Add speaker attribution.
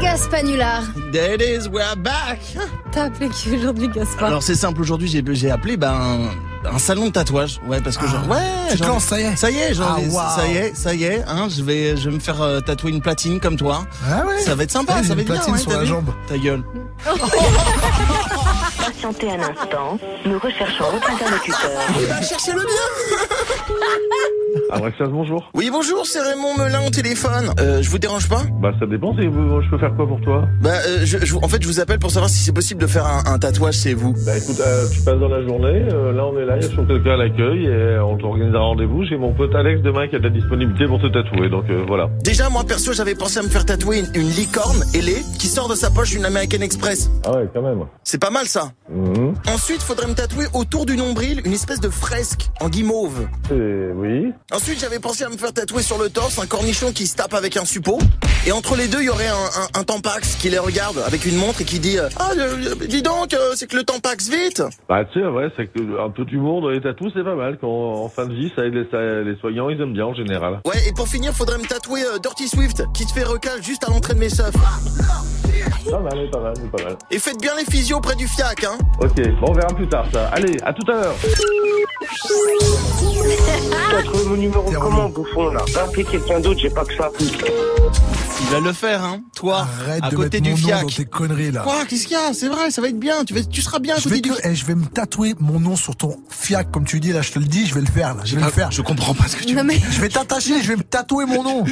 Speaker 1: Gaspanular.
Speaker 2: There it is, we're back
Speaker 1: T'as appelé qui aujourd'hui, Gaspard
Speaker 2: Alors c'est simple, aujourd'hui j'ai, j'ai appelé ben, un salon de tatouage. Ouais, parce que genre... Ouais
Speaker 3: Tu te
Speaker 2: j'en-
Speaker 3: lances, ça y est.
Speaker 2: Ça y est, j'en
Speaker 3: Ah,
Speaker 2: ai-
Speaker 3: waouh.
Speaker 2: ça y est, ça y est, hein, je vais, je vais me faire euh, tatouer une platine comme toi.
Speaker 3: Ah ouais.
Speaker 2: Ça va être sympa,
Speaker 3: J'ai
Speaker 2: ça
Speaker 3: une
Speaker 2: va être bien,
Speaker 3: platine
Speaker 2: ouais,
Speaker 3: sur
Speaker 2: t'as
Speaker 3: la
Speaker 2: vu
Speaker 3: jambe.
Speaker 2: Ta gueule.
Speaker 4: Patientez un instant, nous recherchons votre interlocuteur.
Speaker 2: cherchez le bien
Speaker 5: Ah, Abraxas, bonjour.
Speaker 2: Oui, bonjour, c'est Raymond Melin au téléphone. Euh, je vous dérange pas
Speaker 5: Bah, ça dépend, c'est- je peux faire quoi pour toi
Speaker 2: Bah, euh, je, je- en fait, je vous appelle pour savoir si c'est possible de faire un, un tatouage chez vous.
Speaker 5: Bah, écoute, euh, tu passes dans la journée, euh, là on est là, il y a toujours quelqu'un à l'accueil et euh, on t'organise un rendez-vous. J'ai mon pote Alex demain qui a de la disponibilité pour te tatouer, donc euh, voilà.
Speaker 2: Déjà, moi perso, j'avais pensé à me faire tatouer une, une licorne ailée qui sort de sa poche une American Express.
Speaker 5: Ah ouais, quand même.
Speaker 2: C'est pas mal ça.
Speaker 5: Mhm.
Speaker 2: Ensuite, faudrait me tatouer autour du nombril une espèce de fresque en guimauve.
Speaker 5: Et oui.
Speaker 2: Ensuite, j'avais pensé à me faire tatouer sur le torse un cornichon qui se tape avec un suppôt. Et entre les deux, il y aurait un, un, un tampax qui les regarde avec une montre et qui dit euh, Ah, euh, dis donc, euh, c'est que le tampax vite
Speaker 5: Bah, tu sais, ouais, c'est que un peu d'humour dans les tatous, c'est pas mal. Quand en fin de vie, ça aide les, ça- les soignants, ils aiment bien en général.
Speaker 2: Ouais, et pour finir, faudrait me tatouer euh, Dirty Swift qui se fait recal juste à l'entrée de mes seufs.
Speaker 5: Pas mal, pas mal, pas mal.
Speaker 2: Et faites bien les physios près du fiac, hein
Speaker 5: Ok, bon, on verra plus tard ça. Allez, à tout à l'heure.
Speaker 6: T'as trouvé mon numéro comment, bouffon, là Va appeler quelqu'un d'autre, j'ai pas que ça.
Speaker 2: Il va le faire, hein Toi,
Speaker 3: Arrête
Speaker 2: à
Speaker 3: de
Speaker 2: côté
Speaker 3: mettre
Speaker 2: du
Speaker 3: mon nom
Speaker 2: fiac.
Speaker 3: dans tes conneries là.
Speaker 2: Quoi Qu'est-ce qu'il y a C'est vrai, ça va être bien. Tu, vas, tu seras bien à
Speaker 3: je
Speaker 2: côté
Speaker 3: vais,
Speaker 2: du
Speaker 3: te- eh, je vais me tatouer mon nom sur ton fiac,
Speaker 2: Ah.
Speaker 3: comme tu dis, là, je te le dis, je vais le faire, là, je vais le faire.
Speaker 2: comprends pas ce que
Speaker 1: Non mais
Speaker 3: Je vais t'attacher, je vais me tatouer mon nom.